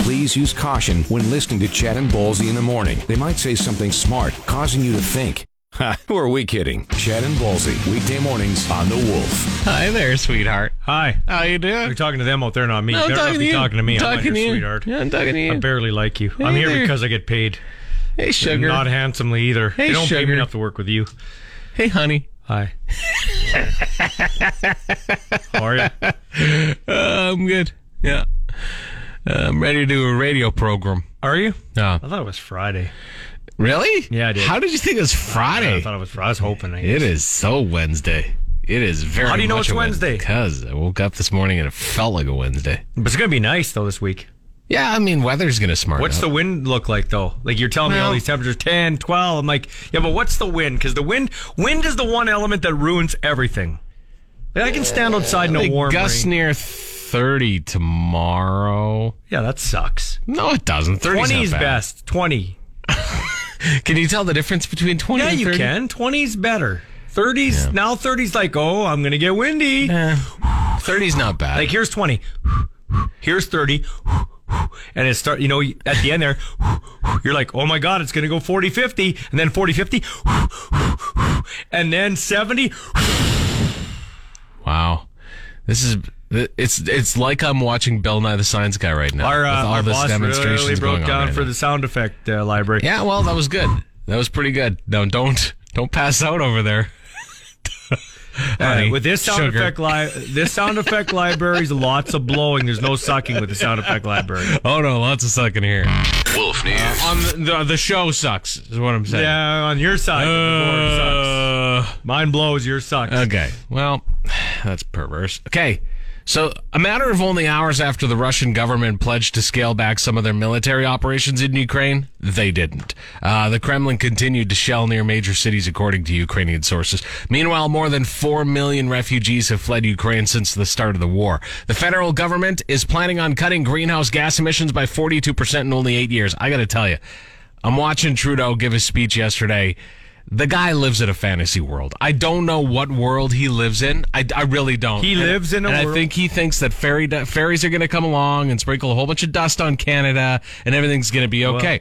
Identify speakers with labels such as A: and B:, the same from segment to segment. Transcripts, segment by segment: A: Please use caution when listening to Chad and Ballsy in the morning. They might say something smart, causing you to think. Ha, who are we kidding? Chad and Ballsy, weekday mornings on The Wolf.
B: Hi there, sweetheart.
C: Hi.
B: How you
C: You're
B: doing?
C: talking to them out there, not me.
B: No, I'm
C: They're
B: talking
C: not
B: to
C: be
B: you.
C: talking to me.
B: Talking
C: I'm not your
B: to you.
C: sweetheart.
B: Yeah, I'm talking to you.
C: I barely like you. I'm here
B: there.
C: because I get paid.
B: hey, sugar.
C: Not handsomely either.
B: Hey,
C: they don't pay
B: sugar.
C: me enough to work with you.
B: hey, honey.
C: Hi. How are you?
B: Uh, I'm good. Yeah. Uh, I'm ready to do a radio program.
C: Are you?
B: Yeah.
C: I thought it was Friday.
B: Really?
C: Yeah, I did.
B: How did you think it was
C: I
B: Friday?
C: thought it was Friday. I was hoping. I
B: It is so Wednesday. It is very.
C: How do you know it's Wednesday?
B: Because I woke up this morning and it felt like a Wednesday.
C: But it's gonna be nice though this week.
B: Yeah, I mean weather's gonna smart
C: What's
B: up.
C: the wind look like though? Like you're telling me all
B: Well-
C: these temperatures 10, 12. I'm like, yeah, but what's the wind? Because the wind, wind is the one element that ruins everything. Like, I can stand outside in a
B: Like
C: warm
B: gusts
C: rain.
B: near thirty tomorrow?
C: Yeah, that sucks.
B: No, it doesn't. 30's
C: 20's
B: not bad.
C: best. 20.
B: Can you tell the difference between twenty?
C: Yeah,
B: and
C: you
B: 30?
C: can. 20's better. 30's now 30's like, "Oh, I'm going to get windy."
B: Thirty's not bad.
C: Like here's 20. Here's 30. And it start, you know, at the end there, you're like, "Oh my god, it's going to go 40 50." And then 40 50. And then 70.
B: Wow, this is it's it's like I'm watching Bill Nye the Science Guy right now.
C: Our uh,
B: with all
C: our
B: this
C: boss
B: demonstrations
C: really broke
B: going on
C: down
B: right
C: for
B: now.
C: the sound effect uh, library.
B: Yeah, well, that was good. That was pretty good. No, don't don't pass out over there.
C: All right,
B: Honey,
C: Uh, with this sound
B: sugar.
C: effect li- this sound effect library's lots of blowing. There's no sucking with the sound effect library.
B: Oh no, lots of sucking here.
A: Wolf News.
B: On the, the the show sucks is what I'm saying.
C: Yeah, on your side, the board sucks.
B: Uh,
C: Mine blows, yours sucks.
B: Okay. Well, that's perverse. Okay. So, a matter of only hours after the Russian government pledged to scale back some of their military operations in Ukraine, they didn't. Uh, the Kremlin continued to shell near major cities, according to Ukrainian sources. Meanwhile, more than 4 million refugees have fled Ukraine since the start of the war. The federal government is planning on cutting greenhouse gas emissions by 42% in only eight years. I got to tell you, I'm watching Trudeau give his speech yesterday. The guy lives in a fantasy world. I don't know what world he lives in. I, I really don't.
C: He
B: And-
C: lives in a
B: and
C: world-
B: I think he thinks that fairy du- fairies are going to come along and sprinkle a whole bunch of dust on Canada and everything's going to be okay.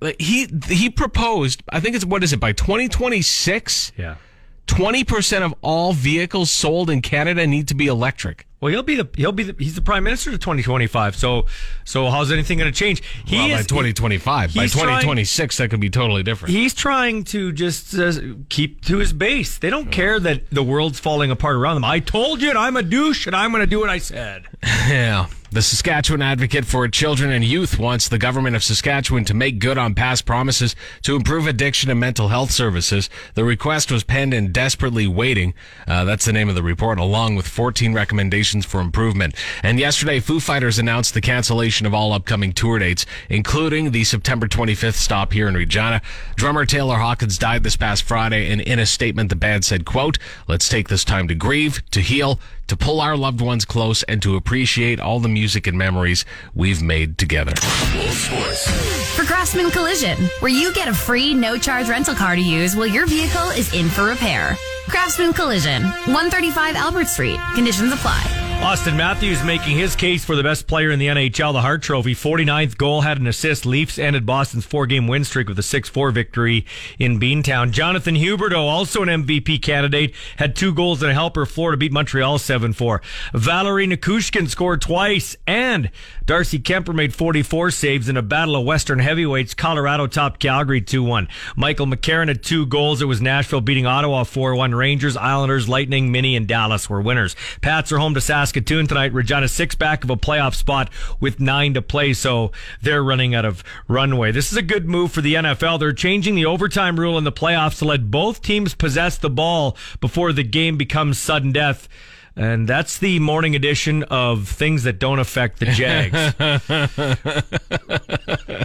B: Like, he he proposed. I think it's what is it by 2026?
C: Yeah.
B: 20% of all vehicles sold in Canada need to be electric.
C: Well, he'll be the he'll be the, he's the prime minister of 2025. So so how's anything going to change? He
B: Well, by
C: is
B: 2025, by
C: he's trying-
B: 2026 that could be totally different.
C: he's trying to just uh, keep to his base. They don't care that the world's falling apart around them. I told you, and I'm a douche, and I'm going to do what I said.
B: Yeah. The Saskatchewan Advocate for Children and Youth wants the government of Saskatchewan to make good on past promises to improve addiction and mental health services. The request was penned in Desperately Waiting. Uh, that's the name of the report, along with 14 recommendations for improvement. And yesterday, Foo Fighters announced the cancellation of all upcoming tour dates, including the September 25th stop here in Regina. Drummer Taylor Hawkins died this past Friday, and in a statement, the band said, quote, let's take this time to grieve, to heal, to pull our loved ones close and to appreciate all the music and memories we've made together.
A: Wolf Sports.
D: For Grassman Collision, where you get a free no charge rental car to use while your vehicle is in for repair. Craftsman Collision, 135 Albert Street. Conditions apply.
C: Austin Matthews making his case for the best player in the NHL, the Hart Trophy. 49th goal, had an assist. Leafs ended Boston's four game win streak with a 6 4 victory in Beantown. Jonathan Huberto, also an MVP candidate, had two goals and a helper. Florida beat Montreal 7 4. Valerie Nikushkin scored twice, and Darcy Kemper made 44 saves in a battle of Western heavyweights. Colorado topped Calgary 2 1. Michael McCarron had two goals. It was Nashville beating Ottawa 4 1. Rangers, Islanders, Lightning, Mini, and Dallas were winners. Pats are home to Saskatoon tonight. Regina six back of a playoff spot with nine to play, so they're running out of runway. This is a good move for the NFL. They're changing the overtime rule in the playoffs to let both teams possess the ball before the game becomes sudden death. And that's the morning edition of things that don't affect the Jags.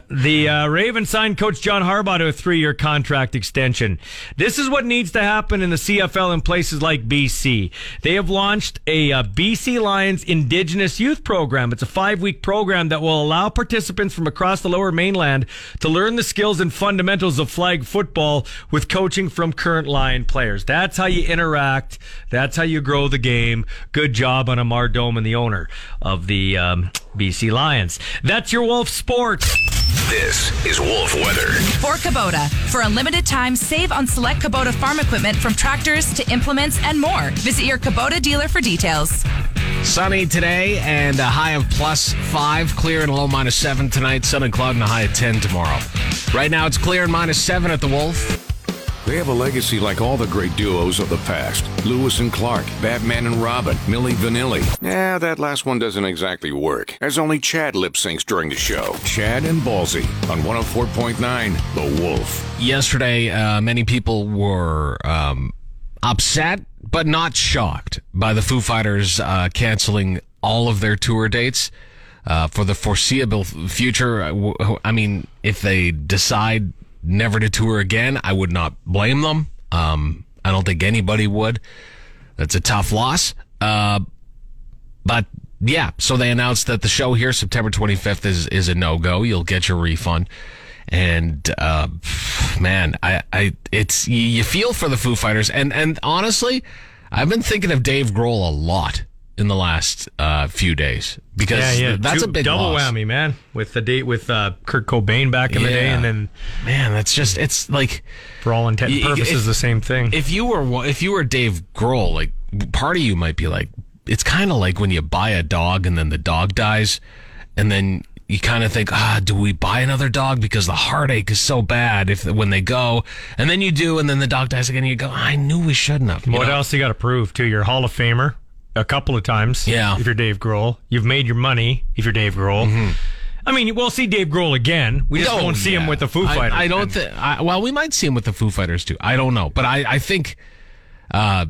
C: The uh, Ravens signed coach John Harbaugh to a three year contract extension. This is what needs to happen in the CFL in places like BC. They have launched a uh, BC Lions Indigenous Youth Program. It's a five week program that will allow participants from across the lower mainland to learn the skills and fundamentals of flag football with coaching from current Lion players. That's how you interact. That's how you grow the game. Good job on Amar Dome and the owner of the um, BC Lions. That's your Wolf Sports.
E: This is Wolf Weather.
F: For Kubota, for a limited time, save on select Kubota farm equipment from tractors to implements and more. Visit your Kubota dealer for details.
B: Sunny today and a high of plus five. Clear and a low minus seven tonight. Sun and cloud and a high of 10 tomorrow. Right now it's clear and minus seven at the Wolf.
A: They have a legacy like all the great duos of the past Lewis and Clark, Batman and Robin, Millie Vanilli. Yeah, that last one doesn't exactly work, as only Chad lip syncs during the show. Chad and Ballsy on 104.9 The Wolf.
B: Yesterday, uh, many people were um, upset but not shocked by the Foo Fighters uh, canceling all of their tour dates. Uh, for the foreseeable future, I w- I mean, if they decide never to tour again, I would not blame them. Um, I don't think anybody would. That's a tough loss. Uh, but yeah, so they announced that the show here, September 25th, is is a no go. You'll get your refund. And uh, man, I, I it's you- you feel for the Foo Fighters, and and honestly, I've been thinking of Dave Grohl a lot in the last uh, few days because that's
C: two-
B: a big
C: double
B: loss.
C: whammy, man. With the date with uh, Kurt Cobain back in the day,
B: Yeah.
C: and then
B: Man, that's just it's like
C: for all intents and
B: Y- y-
C: purposes,
B: if-
C: the same thing.
B: if you were one- if you were Dave Grohl, like part of you might be like, it's kind of like when you buy a dog and then the dog dies, and then you kind of think, ah, do we buy another dog because the heartache is so bad if when they go, and then you do, and then the dog dies again, and you go, I knew we shouldn't have. you
C: what
B: know?
C: else you got to prove? To your Hall of Famer a couple of times.
B: Yeah.
C: If you're Dave Grohl, you've made your money. If you're Dave Grohl, I mean, we'll see Dave Grohl again. We just
B: Oh,
C: won't see him
B: yeah.
C: with the Foo
B: I-
C: Fighters.
B: I, don't
C: And
B: think. Well, we might see him with the Foo Fighters too. I don't know, but I, I think, uh,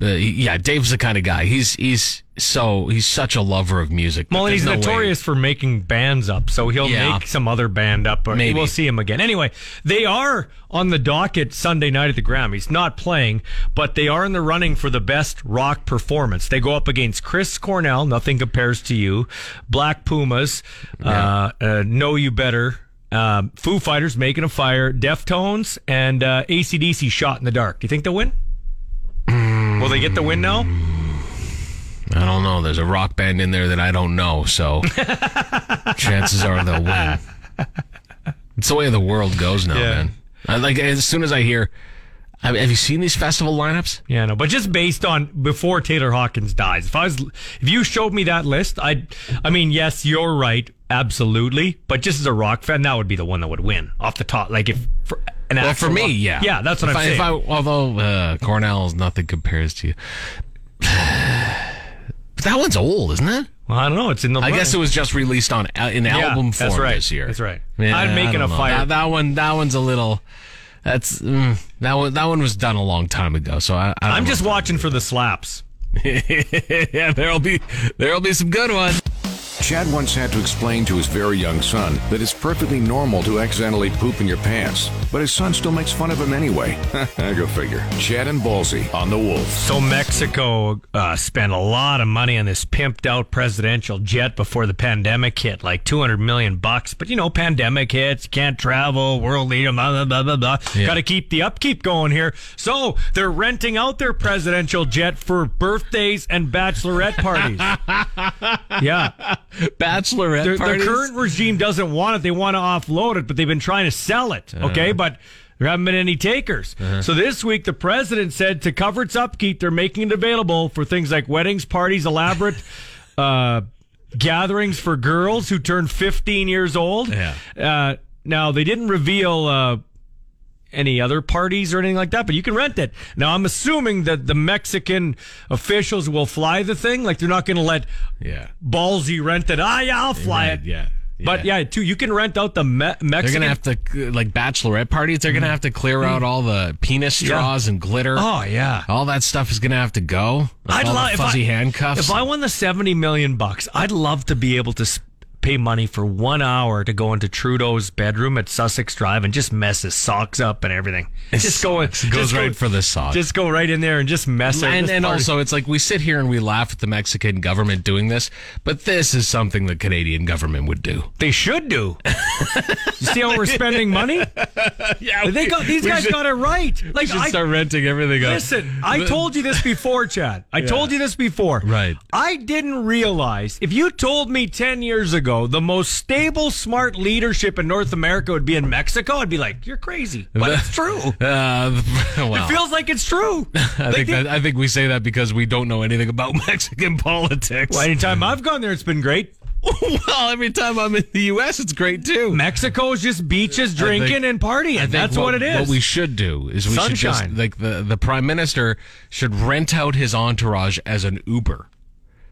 B: uh, yeah, Dave's the kind of guy. He's he's so he's such a lover of music. that
C: Well, and
B: there's
C: he's
B: no way-
C: notorious for making bands up, so he'll
B: Yeah.
C: make some other band up, or
B: Maybe.
C: we'll see him again. Anyway, they are on the docket Sunday night at the Grammys. Not playing, but they are in the running for the best rock performance. They go up against Chris Cornell, Nothing Compares to You, Black Pumas, uh, uh, Know You Better. Um, Foo Fighters making a fire, Deftones, and uh, ACDC shot in the dark. Do you think they'll win?
B: Mm.
C: Will they get the win now?
B: I don't know. There's a rock band in there that I don't know, so chances are they'll win. It's the way the world goes now,
C: Yeah.
B: man. I, like as soon as I hear, I have you seen these festival lineups?
C: Yeah, no, but just based on before Taylor Hawkins dies, if I was, if you showed me that list, I, would I mean, yes, you're right, absolutely, but just as a rock fan, that would be the one that would win off the top. Like if, for, an
B: Well,
C: actual
B: for me,
C: rock-
B: yeah,
C: yeah, that's what
B: If
C: I'm
B: I- if
C: saying.
B: I- although uh, Cornell's nothing compares to you. But that one's old, isn't it?
C: well, I don't know, it's in the.
B: I guess it was just released on uh, in
C: Yeah,
B: album
C: that's
B: form
C: right.
B: this year.
C: That's right.
B: Yeah,
C: I'd
B: I
C: make it
B: don't
C: a
B: know.
C: fire.
B: That, that one. That one's a little. That's mm, that one. That one was done a long time ago. So I. I don't
C: I'm
B: know.
C: just watching for the slaps.
B: yeah, there'll be there'll be some good ones.
A: Chad once had to explain to his very young son that it's perfectly normal to accidentally poop in your pants, but his son still makes fun of him anyway. Go figure. Chad and Ballsy on The Wolf.
C: So Mexico uh, spent a lot of money on this pimped out presidential jet before the pandemic hit, like 200 million bucks. But you know, pandemic hits, can't travel, world leader, blah, blah, blah, blah, blah.
B: Yeah.
C: Got to keep the upkeep going here. So they're renting out their presidential jet for birthdays and bachelorette parties. yeah.
B: Bachelorette
C: Their, their
B: parties.
C: current regime doesn't want it. They want to offload it, but they've been trying to sell it.
B: Uh-huh.
C: Okay, but there haven't been any takers. So this week, the president said to cover its upkeep, they're making it available for things like weddings, parties, elaborate. uh, Gatherings for girls who turn 15 years old.
B: Yeah.
C: Uh, now, they didn't reveal uh, any other parties or anything like that, but you can rent it. Now, I'm assuming that the Mexican officials will fly the thing. Like, they're not going to let
B: yeah.
C: ballsy rent it. Ah, yeah, I'll fly it.
B: Yeah.
C: But yeah, too, you can rent out the me-
B: They're
C: Mexican.
B: gonna have to like bachelorette parties. They're gonna have to clear out all the penis straws and glitter.
C: Mm-hmm. oh yeah.
B: All that stuff is gonna have to go. Like all the
C: if
B: fuzzy
C: I-
B: handcuffs.
C: If I won the seventy million bucks, I'd love to be able to s- pay money for one hour to go into Trudeau's bedroom at Sussex Drive and just mess his socks up and everything. just go in.
B: It goes
C: just go-
B: right for the sock.
C: Just go right in there and just mess it.
B: and
C: just
B: and
C: party.
B: also, it's like we sit here and we laugh at the Mexican government doing this, but this is something the Canadian government would do.
C: they should do. you see how we're spending money?
B: Yeah,
C: They go, these guys got it right.
B: We
C: Like
B: should
C: I,
B: start renting everything up.
C: Listen, I
B: The-
C: told you this before, Chad. I told you this before.
B: Right.
C: I didn't realize if you told me 10 years ago the most stable, smart leadership in North America would be in Mexico, I'd be like, you're crazy. But it's true.
B: Uh, well,
C: It feels like it's true.
B: I think that, I think we say that because we don't know anything about Mexican politics.
C: Well, anytime I've gone there, it's been great.
B: well, every time I'm in the U.S., it's great too.
C: Mexico is just beaches, drinking, and partying.
B: I think
C: That's what, it is.
B: What we should do is we should
C: Sunshine.
B: just like the the prime minister should rent out his entourage as an Uber.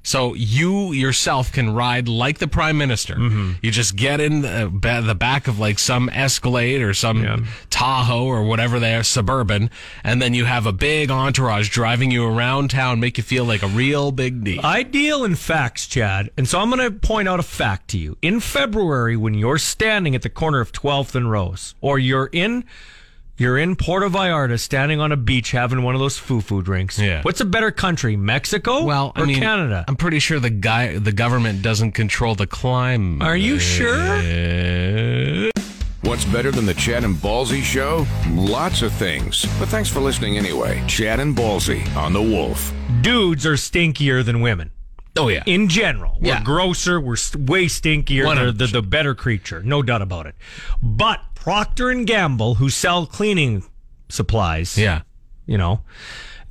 B: So you yourself can ride like the prime minister.
C: Mm-hmm.
B: You just get in the, ba- the back of like some Escalade or some Tahoe or whatever they are, suburban, and then you have a big entourage driving you around town, make you feel like a real big deal.
C: I deal in facts, Chad. And so I'm going to point out a fact to you. In February, when you're standing at the corner of 12th and Rose, or you're in. You're in Puerto Vallarta, standing on a beach, having one of those foo-foo drinks.
B: Yeah.
C: What's a better country, Mexico
B: well,
C: or
B: I mean,
C: Canada?
B: I'm pretty sure the guy, the government doesn't control the climate.
C: Are you sure?
A: What's better than the Chad and Ballsy show? Lots of things. But thanks for listening anyway. Chad and Ballsy on The Wolf.
C: Dudes are stinkier than women
B: Oh yeah.
C: in general.
B: Yeah.
C: We're grosser. We're s- way stinkier.
B: One
C: They're,
B: hundred
C: they're the better creature, no doubt about it. But Procter and Gamble, who sell cleaning supplies,
B: yeah.
C: you know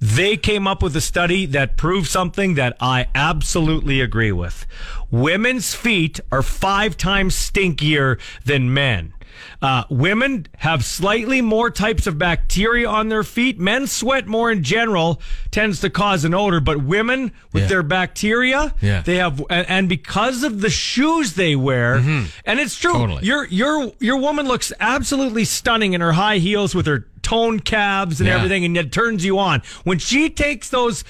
C: they came up with a study that proved something that i absolutely agree with women's feet are five times stinkier than men uh, women have slightly more types of bacteria on their feet men sweat more in general tends to cause an odor but women with
B: Yeah.
C: their bacteria
B: Yeah.
C: they have and, and because of the shoes they wear and it's true
B: Mm-hmm. Totally.
C: your your your woman looks absolutely stunning in her high heels with her toned calves and
B: Yeah.
C: everything, and it turns you on. When she takes those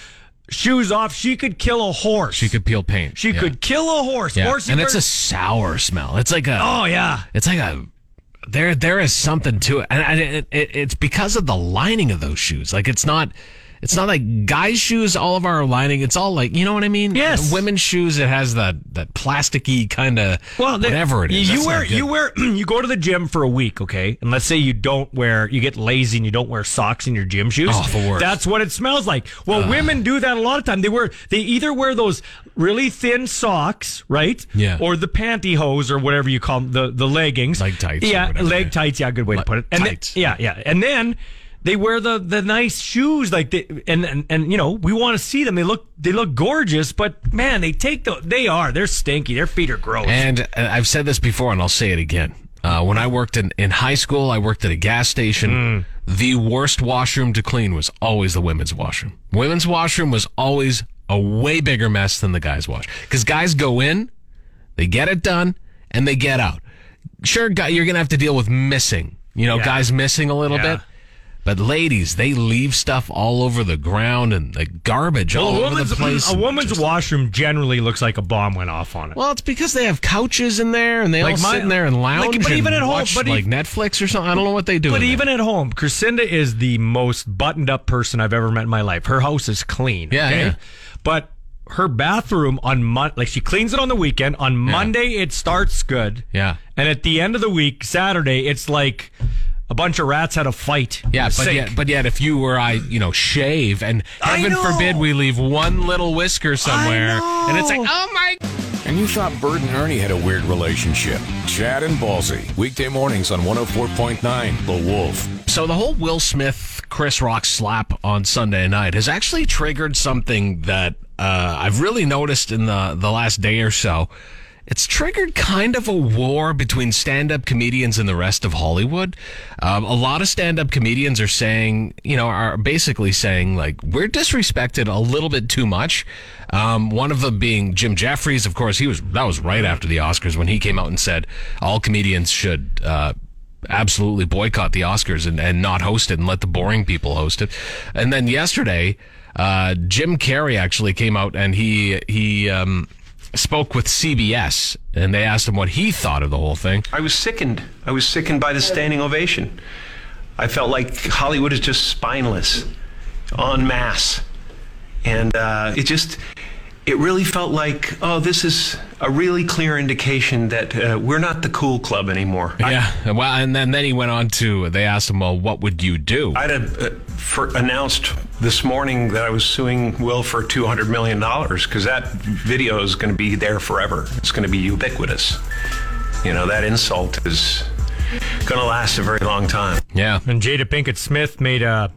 C: shoes off, she could kill a horse.
B: She could peel paint.
C: She
B: Yeah.
C: could kill a horse.
B: Yeah.
C: Or she
B: and
C: could-
B: it's a sour smell. It's like a.
C: oh yeah.
B: It's like a. There, there is something to it, and, and it, it, it's because of the lining of those shoes. Like it's not, it's not like guys' shoes. All of our lining, it's all like you know what I mean.
C: Yes.
B: women's shoes. It has that that plasticky kind of
C: Well, they-
B: whatever it is.
C: You,
B: That's
C: wear
B: not good.
C: you wear you go to the gym for a week, okay? And let's say you don't wear you get lazy and you don't wear socks in your gym shoes.
B: Oh, the worst.
C: That's what it smells like. Well, women do that a lot of time. They wear they either wear those really thin socks, right?
B: Yeah.
C: Or the pantyhose or whatever you call them, the the leggings.
B: Leg tights or
C: Yeah,
B: whatever,
C: leg
B: yeah.
C: tights, yeah, good way to
B: Le-
C: put it. And then-
B: tights.
C: yeah, yeah. And then they wear the, the nice shoes like they, and, and and you know we want to see them they look they look gorgeous but man they take the they are they're stinky their feet are gross
B: And uh, I've said this before, and I'll say it again. Uh, when I worked in, in high school, I worked at a gas
C: Mm.
B: station. The worst washroom to clean was always the women's washroom. Women's washroom was always a way bigger mess than the guys' wash. Because guys go in, they get it done, and they get out. Sure, guy, you're gonna have to deal with missing. You know,
C: Yeah.
B: guys missing a little
C: Yeah.
B: bit. But ladies, they leave stuff all over the ground and like garbage all
C: Well, a
B: over the
C: woman's,
B: place.
C: a
B: and
C: woman's
B: just-
C: washroom generally looks like a bomb went off on it.
B: Well, it's because they have couches in there and they
C: Like
B: all
C: my-
B: sit in there and lounge
C: like, but
B: and
C: even at home-
B: watch
C: but e-
B: like Netflix or something. I don't know what they do.
C: but
B: in
C: even at home, Crescinda is the most buttoned up person I've ever met in my life. Her house is clean.
B: Yeah,
C: okay?
B: yeah.
C: But her bathroom on Mon- like she cleans it on the weekend. On Monday it starts good.
B: Yeah.
C: And at the end of the week, Saturday, it's like a bunch of rats had a fight. in
B: there. yeah,
C: the
B: but
C: sink.
B: yet, but yet, if you or I, you know, shave and
C: I
B: heaven
C: know.
B: forbid we leave one little whisker somewhere, and it's like,
C: know.
B: oh my
A: And you thought Bird and Ernie had a weird relationship. Chad and Ballsy. Weekday mornings on 104.9 The Wolf.
B: So the whole Will Smith Chris Rock slap on Sunday night has actually triggered something that uh, I've really noticed in the the last day or so. It's triggered kind of a war between stand up comedians and the rest of Hollywood. Um, a lot of stand up comedians are saying, you know, are basically saying, like, we're disrespected a little bit too much. Um, one of them being Jim Jeffries, of course, he was, that was right after the Oscars when he came out and said all comedians should, uh, absolutely boycott the Oscars and, and not host it and let the boring people host it. And then yesterday, uh, Jim Carrey actually came out and he he um, spoke with CBS and they asked him what he thought of the whole thing.
G: I was sickened. I was sickened by the standing ovation. I felt like Hollywood is just spineless, en masse, and uh, it just. It really felt like, oh, this is a really clear indication that uh, we're not the cool club anymore.
B: yeah. Well, and then, then he went on to, they asked him, well, what would you do?
G: I'd have uh, for announced this morning that I was suing Will for $200 million because that video is going to be there forever. It's going to be ubiquitous. You know, that insult is going to last a very long time.
B: yeah.
C: And Jada Pinkett Smith made a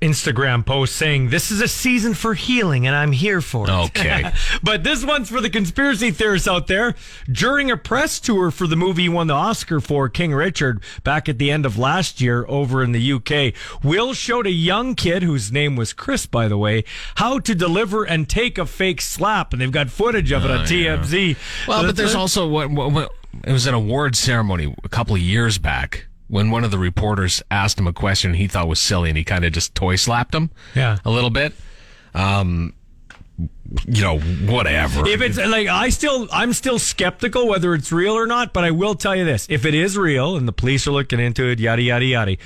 C: Instagram post saying, "This is a season for healing, and I'm here for it."
B: Okay.
C: But this one's for the conspiracy theorists out there. During a press tour for the movie he won the Oscar for, King Richard, back at the end of last year over in the UK, Will showed a young kid, whose name was Chris, by the way, how to deliver and take a fake slap. And they've got footage of it on TMZ.
B: Oh, Well,
C: So
B: but there's
C: that's-
B: also what, what, what it was an award ceremony a couple of years back when one of the reporters asked him a question he thought was silly and he kind of just toy slapped him
C: Yeah.
B: a little bit. Um, you know, whatever.
C: If it's like I still, I'm still skeptical whether it's real or not. But I will tell you this: if it is real and the police are looking into it, yada yada yada.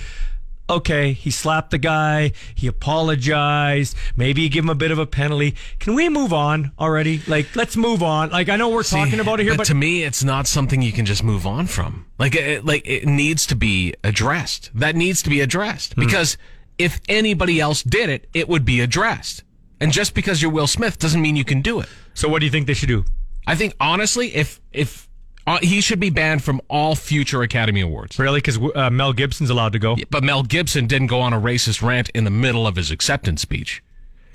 C: Okay, he slapped the guy. He apologized. Maybe you give him a bit of a penalty. Can we move on already? Like, let's move on. Like, I know we're
B: See,
C: talking about it here, but,
B: to me, it's not something you can just move on from. Like, it, like it needs to be addressed. That needs to be addressed
C: Hmm.
B: because if anybody else did it, it would be addressed. And just because you're Will Smith doesn't mean you can do it.
C: so what do you think they should do?
B: I think honestly, if if uh, he should be banned from all future Academy Awards.
C: Really? Because uh, Mel Gibson's allowed to go.
B: But Mel Gibson didn't go on a racist rant in the middle of his acceptance speech.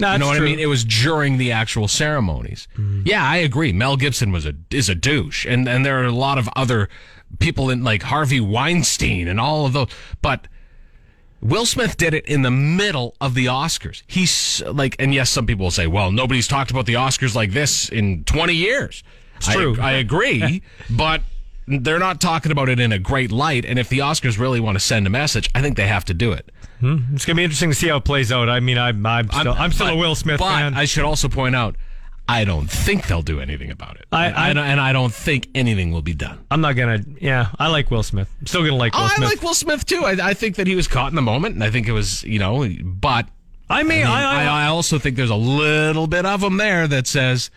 C: No,
B: you know
C: that's
B: what
C: true.
B: I mean? It was during the actual ceremonies. Yeah, I agree. Mel Gibson was a is a douche, and and there are a lot of other people in like Harvey Weinstein and all of those. But Will Smith did it in the middle of the Oscars. He's like, and yes, some people will say, well, nobody's talked about the Oscars like this in 20 years. It's
C: true.
B: I, agree, but they're not talking about it in a great light. And if the Oscars really want to send a message, I think they have to do it.
C: It's gonna be interesting to see how it plays out. I mean, I'm, I'm still, I'm, still
B: but-
C: a Will Smith
B: but
C: fan.
B: I should also point out, I don't think they'll do anything about it.
C: I- I-
B: and, and I don't think anything will be done.
C: I'm not gonna. Yeah, I like Will Smith. I'm still gonna like Will
B: Oh, I
C: Smith.
B: like Will Smith too. I, I think that he was caught in the moment, and I think it was, you know, but
C: I mean,
B: I,
C: I, I,
B: I, also think there's a little bit of him there that says,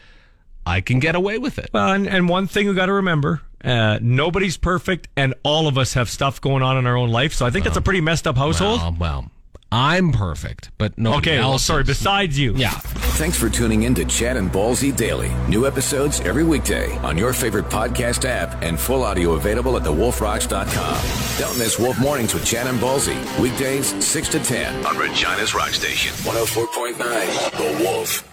B: I can get away with it.
C: Well, and, and one thing we got to remember: uh, nobody's perfect, and all of us have stuff going on in our own life. So I think that's a pretty messed up household.
B: Well, Um, well, I'm perfect, but no.
C: okay,
B: else
C: well, sorry.
B: is.
C: Besides you,
B: yeah.
E: Thanks for tuning in to Chad and Ballsy Daily. New episodes every weekday on your favorite podcast app and full audio available at thewolfrocks.com. Don't miss Wolf Mornings with Chad and Ballsy. Weekdays 6 to 10 on Regina's Rock Station. 104.9 The Wolf.